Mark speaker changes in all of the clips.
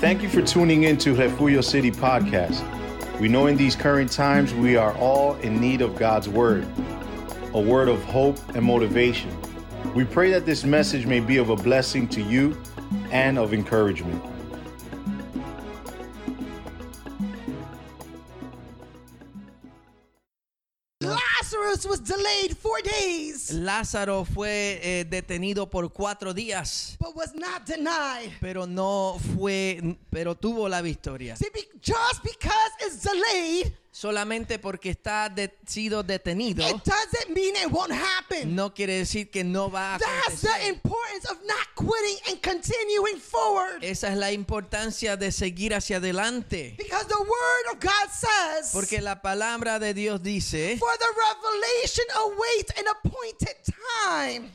Speaker 1: Thank you for tuning in to Refugio City Podcast. We know in these current times we are all in need of God's word, a word of hope and motivation. We pray that this message may be of a blessing to you and of encouragement.
Speaker 2: Lazarus was delayed four days,
Speaker 3: Lázaro fue eh, detenido por cuatro días,
Speaker 2: but was not denied.
Speaker 3: pero no fue, pero tuvo la victoria.
Speaker 2: See, be- just because it's delayed,
Speaker 3: Solamente porque está de- sido detenido,
Speaker 2: it doesn't mean it won't happen.
Speaker 3: no quiere decir que no va a
Speaker 2: That's
Speaker 3: acontecer.
Speaker 2: the importance of not quitting and continuing forward.
Speaker 3: Esa es la importancia de seguir hacia adelante,
Speaker 2: Because the word of God says,
Speaker 3: porque la palabra de Dios dice,
Speaker 2: for the revelation awaits an appointed time.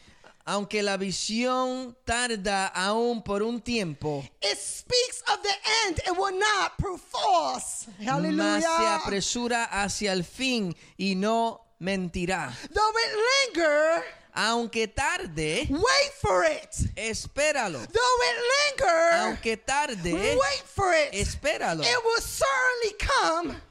Speaker 3: aunque la visión tarda aún por un tiempo,
Speaker 2: It speaks of the end and will not prove false.
Speaker 3: más se
Speaker 2: Hallelujah.
Speaker 3: apresura hacia el fin y no mentirá.
Speaker 2: Though it linger,
Speaker 3: Aunque tarde,
Speaker 2: wait for it.
Speaker 3: espéralo.
Speaker 2: Though it linger,
Speaker 3: Aunque tarde,
Speaker 2: Wait for it.
Speaker 3: espéralo,
Speaker 2: It will certainly come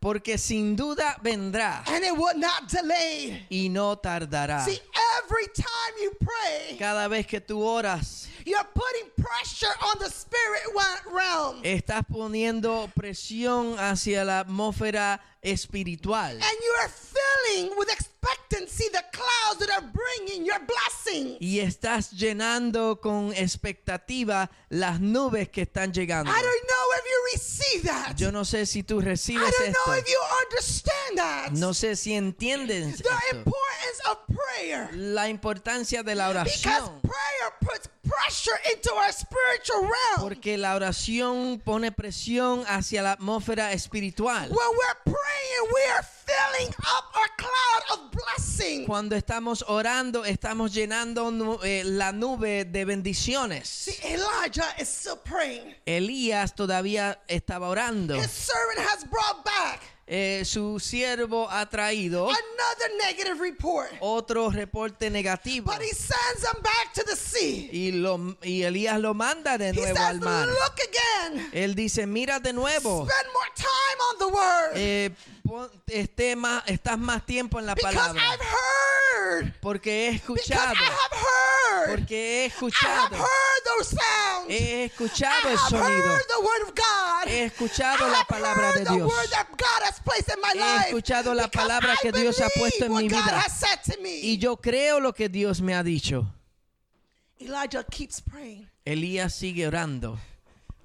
Speaker 3: porque sin duda vendrá
Speaker 2: and it will not delay.
Speaker 3: y no tardará.
Speaker 2: See, every time you pray,
Speaker 3: Cada vez que tú oras,
Speaker 2: you're putting pressure on the spirit wa- realm. And
Speaker 3: estás poniendo presión hacia la atmósfera espiritual
Speaker 2: you are filling with expectancy the clouds that are bringing your blessing.
Speaker 3: y estás llenando con expectativa las nubes que están llegando.
Speaker 2: I don't know if you receive that.
Speaker 3: Yo no sé si tú
Speaker 2: I
Speaker 3: recibes
Speaker 2: don't know if
Speaker 3: esto.
Speaker 2: you understand that.
Speaker 3: No sé si entiendes
Speaker 2: The
Speaker 3: esto.
Speaker 2: importance of prayer.
Speaker 3: la importancia de la
Speaker 2: Because
Speaker 3: oración.
Speaker 2: prayer puts pressure into our spiritual realm.
Speaker 3: Porque la oración pone presión hacia la atmósfera espiritual.
Speaker 2: When we're praying, we are filling up our cloud of blessing.
Speaker 3: Cuando estamos orando, estamos llenando nu- eh, la nube de bendiciones.
Speaker 2: See, Elijah is still praying.
Speaker 3: Elías todavía estaba orando.
Speaker 2: His servant has brought back
Speaker 3: Eh, su siervo ha traído
Speaker 2: another negative report,
Speaker 3: otro reporte negativo.
Speaker 2: but he sends him back to the sea.
Speaker 3: Y, lo, y Elías lo manda de
Speaker 2: He
Speaker 3: nuevo
Speaker 2: says,
Speaker 3: al mar.
Speaker 2: Look again.
Speaker 3: Él dice, mira de nuevo.
Speaker 2: Spend more time on the word
Speaker 3: Eh, pon- esté más, estás más tiempo en la
Speaker 2: because
Speaker 3: palabra.
Speaker 2: I've heard.
Speaker 3: Porque he
Speaker 2: Because I
Speaker 3: escuchado.
Speaker 2: have heard.
Speaker 3: Porque
Speaker 2: I
Speaker 3: he
Speaker 2: have
Speaker 3: escuchado. Eh,
Speaker 2: heard those sounds.
Speaker 3: He escuchado
Speaker 2: I
Speaker 3: el
Speaker 2: have
Speaker 3: sonido.
Speaker 2: heard the word of God.
Speaker 3: He
Speaker 2: I
Speaker 3: escuchado la
Speaker 2: have
Speaker 3: palabra
Speaker 2: heard
Speaker 3: de
Speaker 2: the
Speaker 3: Dios.
Speaker 2: word that God has placed in my
Speaker 3: He
Speaker 2: life
Speaker 3: escuchado la
Speaker 2: because
Speaker 3: palabra
Speaker 2: I
Speaker 3: que Dios ha
Speaker 2: believe
Speaker 3: puesto en
Speaker 2: what
Speaker 3: mi
Speaker 2: God
Speaker 3: vida.
Speaker 2: has said to me.
Speaker 3: Y yo creo lo que Dios me ha dicho.
Speaker 2: Elijah keeps praying.
Speaker 3: Elías sigue orando.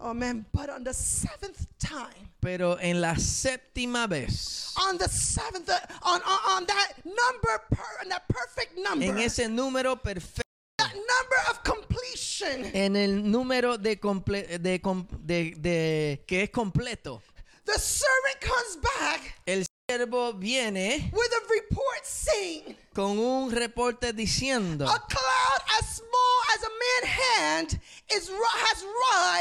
Speaker 2: Oh man, but on the seventh time,
Speaker 3: Pero en la séptima vez,
Speaker 2: on the seventh, uh, on, on, on that number, per, on that perfect number,
Speaker 3: en ese número perfecto,
Speaker 2: that number of completion,
Speaker 3: en el número de, comple- de, com- de- de- que es completo,
Speaker 2: the servant comes back
Speaker 3: el siervo viene
Speaker 2: with a report saying,
Speaker 3: con un reporte diciendo,
Speaker 2: a cloud as small as a man's hand is, ri- has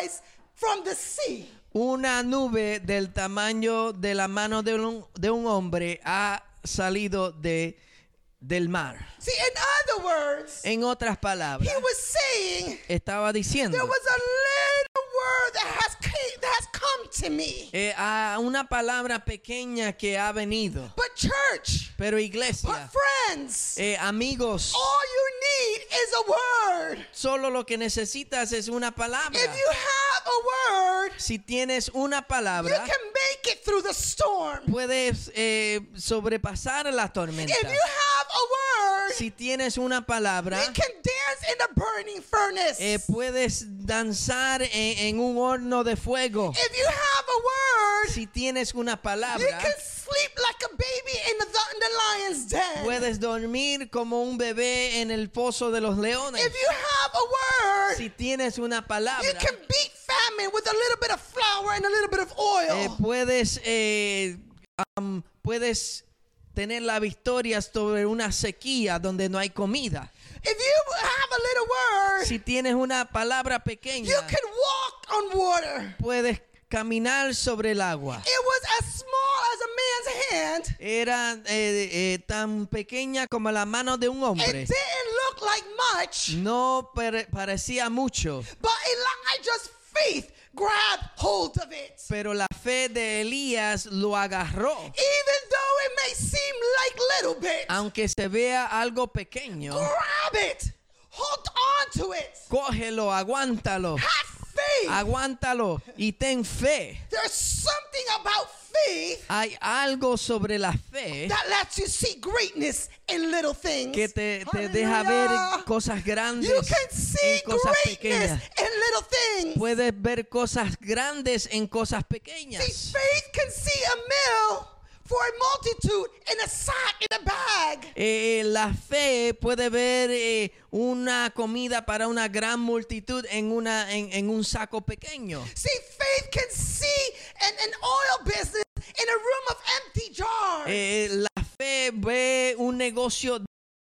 Speaker 2: rise from the sea.
Speaker 3: una nube del tamaño de la mano de un, de un hombre ha salido de, del mar.
Speaker 2: See, in other words,
Speaker 3: En otras palabras,
Speaker 2: He was saying
Speaker 3: estaba diciendo,
Speaker 2: there was a little word that has came, that has come to me.
Speaker 3: eh, a una palabra pequeña que ha venido.
Speaker 2: But church,
Speaker 3: Pero
Speaker 2: but
Speaker 3: iglesia,
Speaker 2: friends,
Speaker 3: eh, amigos,
Speaker 2: all you need is a word.
Speaker 3: solo lo que necesitas es una palabra.
Speaker 2: If you have a word,
Speaker 3: Si tienes una
Speaker 2: you
Speaker 3: palabra,
Speaker 2: can make it through the storm.
Speaker 3: puedes eh, sobrepasar la tormenta.
Speaker 2: If you have a word,
Speaker 3: Si tienes una palabra,
Speaker 2: you can dance in the burning furnace.
Speaker 3: eh, puedes danzar en, en un horno de fuego.
Speaker 2: If you have a word,
Speaker 3: Si tienes una
Speaker 2: you
Speaker 3: palabra,
Speaker 2: can sleep like a baby in the, in the lion's den.
Speaker 3: puedes dormir como un bebé en el pozo de los leones.
Speaker 2: If you have a word,
Speaker 3: Si tienes una
Speaker 2: You
Speaker 3: palabra,
Speaker 2: can beat famine with a little bit of flour and a little bit of
Speaker 3: eh,
Speaker 2: oil.
Speaker 3: puedes, eh, am, puedes tener la victoria sobre una sequía donde no hay comida.
Speaker 2: if you have a little word,
Speaker 3: Si tienes una palabra pequeña,
Speaker 2: you can walk on water.
Speaker 3: puedes caminar sobre el agua.
Speaker 2: It was as small as a man's hand.
Speaker 3: Era eh, eh, tan pequeña como la mano de un
Speaker 2: It
Speaker 3: hombre.
Speaker 2: didn't
Speaker 3: Mm.
Speaker 2: look like much,
Speaker 3: No pare- parecía mucho,
Speaker 2: but Elijah's faith grabbed hold of it.
Speaker 3: Pero la fe de Elías lo agarró.
Speaker 2: Even though it may seem like little bit,
Speaker 3: Aunque se vea algo pequeño,
Speaker 2: grab it. Hold on to it.
Speaker 3: cógelo, aguántalo,
Speaker 2: Have faith.
Speaker 3: aguántalo y ten fe.
Speaker 2: There's something about faith
Speaker 3: Hay algo sobre la fe
Speaker 2: that lets you see greatness in little things.
Speaker 3: Eh? que te, te deja ver
Speaker 2: Hallelujah.
Speaker 3: cosas grandes
Speaker 2: You can see
Speaker 3: en cosas
Speaker 2: greatness
Speaker 3: pequeñas.
Speaker 2: in little things.
Speaker 3: Puedes ver cosas grandes en cosas pequeñas.
Speaker 2: See, faith can see a meal for a multitude in a sack in a bag.
Speaker 3: Eh, la fe puede ver eh, una comida para una gran multitud en, una, en, en un saco pequeño.
Speaker 2: See, faith can see an, an oil business in a room of empty jars.
Speaker 3: Eh, la fe ve un negocio de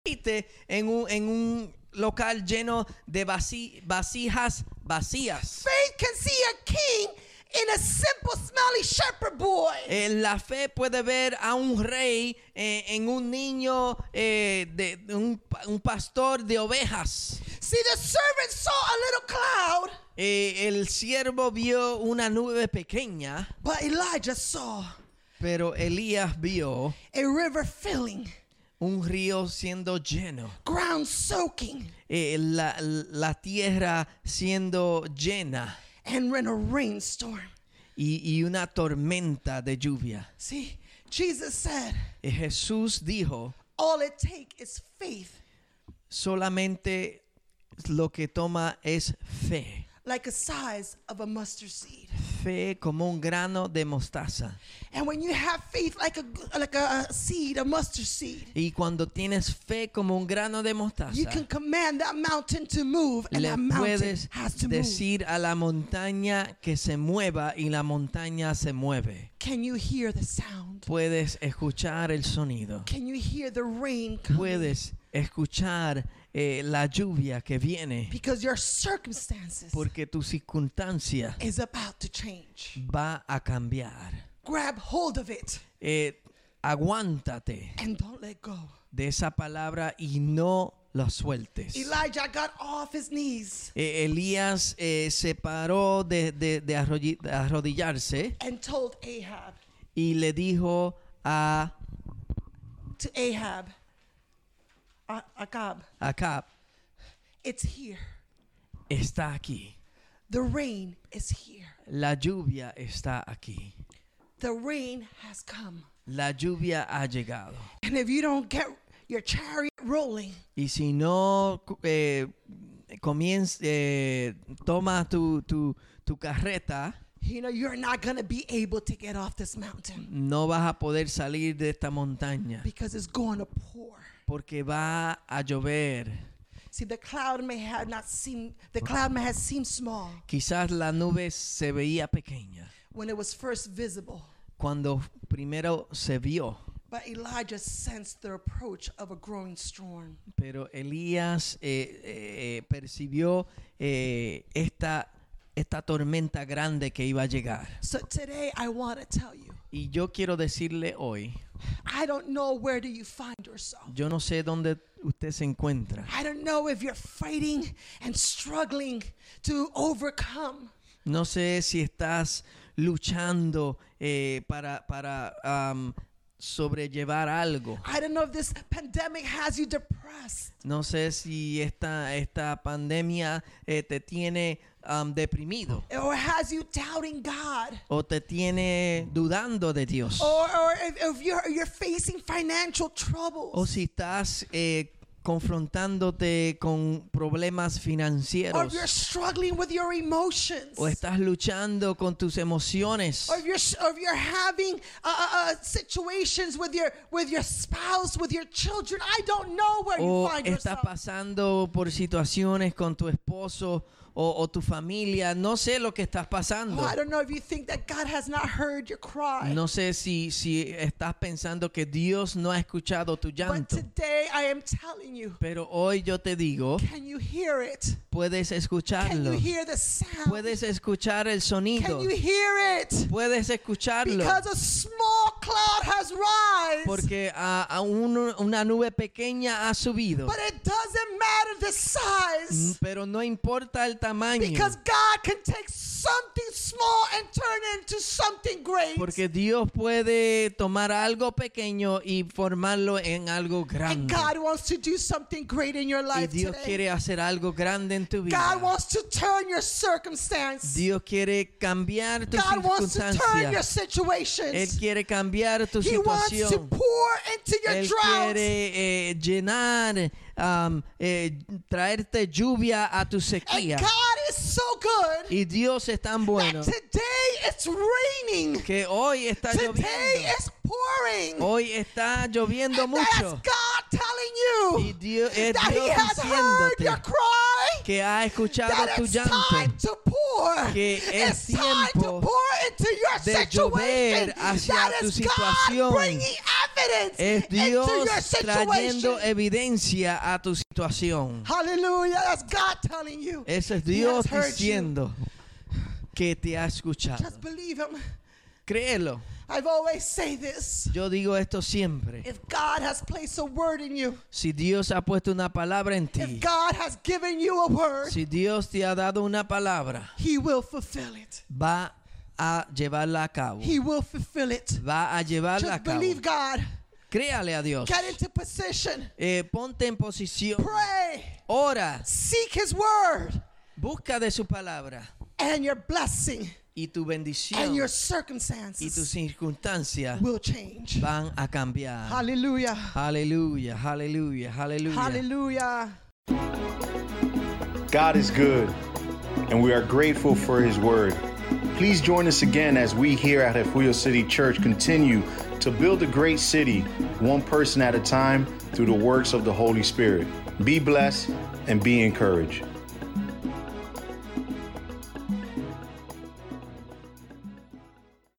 Speaker 3: aceite en un, en un local lleno de vaci- vasijas vacías.
Speaker 2: Faith can see a king in a simple, smelly shepherd boy.
Speaker 3: Eh, la fe puede ver a un rey eh, en un niño, eh, de, de un, pa- un pastor de ovejas.
Speaker 2: See, the servant saw a little cloud,
Speaker 3: Eh, el siervo vio una nube pequeña,
Speaker 2: but Elijah saw
Speaker 3: pero Elías vio
Speaker 2: a river filling,
Speaker 3: un río siendo lleno,
Speaker 2: ground soaking,
Speaker 3: eh, la, la tierra siendo llena
Speaker 2: and in a rainstorm.
Speaker 3: y, y una tormenta de lluvia.
Speaker 2: See, Jesus said,
Speaker 3: Eh, Jesús dijo,
Speaker 2: all it takes is faith,
Speaker 3: solamente lo que toma es fe.
Speaker 2: like a size of a mustard seed.
Speaker 3: Fe como un grano de mostaza.
Speaker 2: And when you have faith like a like a seed, a mustard seed,
Speaker 3: Y cuando tienes fe como un grano de
Speaker 2: you can
Speaker 3: mostaza,
Speaker 2: command that mountain to move, and
Speaker 3: le
Speaker 2: that mountain
Speaker 3: puedes
Speaker 2: has to move.
Speaker 3: decir a la montaña que se mueva y la montaña se mueve.
Speaker 2: Can you hear the sound?
Speaker 3: Puedes escuchar el sonido.
Speaker 2: Can you hear the rain coming?
Speaker 3: Puedes escuchar eh, la lluvia que viene
Speaker 2: Because your circumstances
Speaker 3: porque tu circunstancia
Speaker 2: is about to change.
Speaker 3: va a cambiar.
Speaker 2: Grab hold of it
Speaker 3: Eh, aguántate
Speaker 2: and don't let go.
Speaker 3: de esa palabra y no la sueltes.
Speaker 2: Elijah got off his knees
Speaker 3: Eh, Elías eh, se paró de, de- de arrolli- de arrodillarse
Speaker 2: and told Ahab
Speaker 3: y le dijo a
Speaker 2: to Ahab, "A- Ahab,
Speaker 3: Acab,
Speaker 2: it's here.
Speaker 3: está aquí,
Speaker 2: The rain is here.
Speaker 3: la lluvia está aquí,
Speaker 2: The rain has come.
Speaker 3: la lluvia ha llegado.
Speaker 2: And if you don't get your chariot rolling,
Speaker 3: Y si no cu- eh, comienz- eh, toma tu, tu- tu carreta,
Speaker 2: you know, you're not going to be able to get off this mountain
Speaker 3: no vas a poder salir de esta montaña
Speaker 2: because it's going to pour.
Speaker 3: porque va a llover.
Speaker 2: See, the cloud may have not seemed, the cloud may have seemed small
Speaker 3: Quizás la nube se veía pequeña
Speaker 2: when it was first visible,
Speaker 3: cuando primero se vio,
Speaker 2: but Elijah sensed the approach of a growing storm.
Speaker 3: pero Elías eh, eh, eh, percibió eh, esta, esta tormenta grande que iba a llegar.
Speaker 2: So today I want to tell you,
Speaker 3: Y yo quiero decirle hoy,
Speaker 2: I don't know where do you find yourself.
Speaker 3: yo no sé dónde usted se encuentra.
Speaker 2: I don't know if you're fighting and struggling to overcome.
Speaker 3: No sé si estás luchando eh, para, para am, sobrellevar algo.
Speaker 2: I don't know if this pandemic has you depressed.
Speaker 3: No sé si esta, esta pandemia eh, te tiene am, deprimido
Speaker 2: or has you doubting God,
Speaker 3: o te tiene dudando de Dios.
Speaker 2: or, or if, if you're, you're facing financial troubles,
Speaker 3: O si estás eh, confrontándote con problemas
Speaker 2: or if you're
Speaker 3: financieros
Speaker 2: struggling with your emotions,
Speaker 3: o estás luchando con tus emociones.
Speaker 2: or if you're, or if you're having uh, uh, uh, situations with your with your spouse, with your children. I don't know where you
Speaker 3: o
Speaker 2: find
Speaker 3: estás
Speaker 2: yourself.
Speaker 3: Oh, pasando por situaciones con tu esposo o, o tu familia, no sé lo que estás
Speaker 2: Oh,
Speaker 3: pasando.
Speaker 2: I don't know if you think that God has not heard your cry.
Speaker 3: No sé si, si estás pensando que Dios no ha escuchado tu
Speaker 2: but
Speaker 3: llanto.
Speaker 2: today I am telling you,
Speaker 3: Pero hoy yo te digo,
Speaker 2: can you hear it?
Speaker 3: puedes
Speaker 2: Can you
Speaker 3: escucharlo.
Speaker 2: hear the sound?
Speaker 3: Puedes escuchar el
Speaker 2: can
Speaker 3: sonido.
Speaker 2: you hear it?
Speaker 3: Puedes escucharlo.
Speaker 2: Because a small cloud has rise.
Speaker 3: Porque a, a un- una nube pequeña ha subido.
Speaker 2: But it doesn't matter the size
Speaker 3: Pero no importa el tamaño.
Speaker 2: because God can take something small and turn it into something great.
Speaker 3: Porque Dios puede tomar algo pequeño y formarlo en algo
Speaker 2: And
Speaker 3: grande.
Speaker 2: God wants to do something great in your
Speaker 3: Y
Speaker 2: life
Speaker 3: Dios
Speaker 2: today.
Speaker 3: quiere hacer algo grande en tu vida.
Speaker 2: God wants to turn your circumstance.
Speaker 3: Dios quiere cambiar tu
Speaker 2: God wants to turn your
Speaker 3: circunstancia. Él
Speaker 2: situations.
Speaker 3: quiere cambiar tu
Speaker 2: He wants to
Speaker 3: situación.
Speaker 2: pour into your
Speaker 3: Él
Speaker 2: drought.
Speaker 3: quiere eh, llenar, um, eh, traerte lluvia a tu
Speaker 2: And
Speaker 3: sequía.
Speaker 2: God is so good
Speaker 3: Y Dios es tan bueno
Speaker 2: that today it's raining.
Speaker 3: que hoy está
Speaker 2: Today
Speaker 3: lloviendo.
Speaker 2: it's pouring.
Speaker 3: Hoy está lloviendo
Speaker 2: That's
Speaker 3: mucho.
Speaker 2: God telling
Speaker 3: Y
Speaker 2: you
Speaker 3: Dios, es
Speaker 2: that He
Speaker 3: Dios
Speaker 2: has heard your
Speaker 3: diciéndote
Speaker 2: cry.
Speaker 3: que ha escuchado
Speaker 2: That
Speaker 3: tu
Speaker 2: it's
Speaker 3: llanto.
Speaker 2: time to pour.
Speaker 3: que es
Speaker 2: it's time to
Speaker 3: tiempo
Speaker 2: pour into your
Speaker 3: de
Speaker 2: situation.
Speaker 3: llover hacia
Speaker 2: That
Speaker 3: tu
Speaker 2: is
Speaker 3: situación.
Speaker 2: God bringing evidence
Speaker 3: Es Dios
Speaker 2: into your
Speaker 3: trayendo
Speaker 2: situation.
Speaker 3: evidencia a tu situación.
Speaker 2: Hallelujah. That's God telling you.
Speaker 3: Ese es
Speaker 2: He
Speaker 3: Dios
Speaker 2: has heard you.
Speaker 3: diciendo que te ha escuchado.
Speaker 2: Just believe Him.
Speaker 3: Créelo.
Speaker 2: I've always say this.
Speaker 3: Yo digo esto siempre.
Speaker 2: If God has placed a word in you,
Speaker 3: Si Dios ha puesto una palabra en ti,
Speaker 2: if God has given you a word,
Speaker 3: si Dios te ha dado una palabra,
Speaker 2: He will fulfill it.
Speaker 3: va a llevarla a cabo.
Speaker 2: He will fulfill it.
Speaker 3: Va a llevarla a
Speaker 2: Just
Speaker 3: cabo.
Speaker 2: believe God.
Speaker 3: Créale a Dios.
Speaker 2: Get into position.
Speaker 3: Eh, ponte en posición.
Speaker 2: Pray.
Speaker 3: Ora.
Speaker 2: Seek His word.
Speaker 3: Busca de su palabra
Speaker 2: and your blessing
Speaker 3: y tu
Speaker 2: and
Speaker 3: bendición
Speaker 2: your
Speaker 3: y tus
Speaker 2: circumstances
Speaker 3: circunstancias
Speaker 2: will change.
Speaker 3: van a cambiar.
Speaker 2: Hallelujah.
Speaker 3: Aleluya, aleluya, aleluya.
Speaker 2: Hallelujah.
Speaker 1: God is good, and we are grateful for His word. Please join us again as we here at Refugio City Church continue to build a great city, one person at a time, through the works of the Holy Spirit. Be blessed and be encouraged.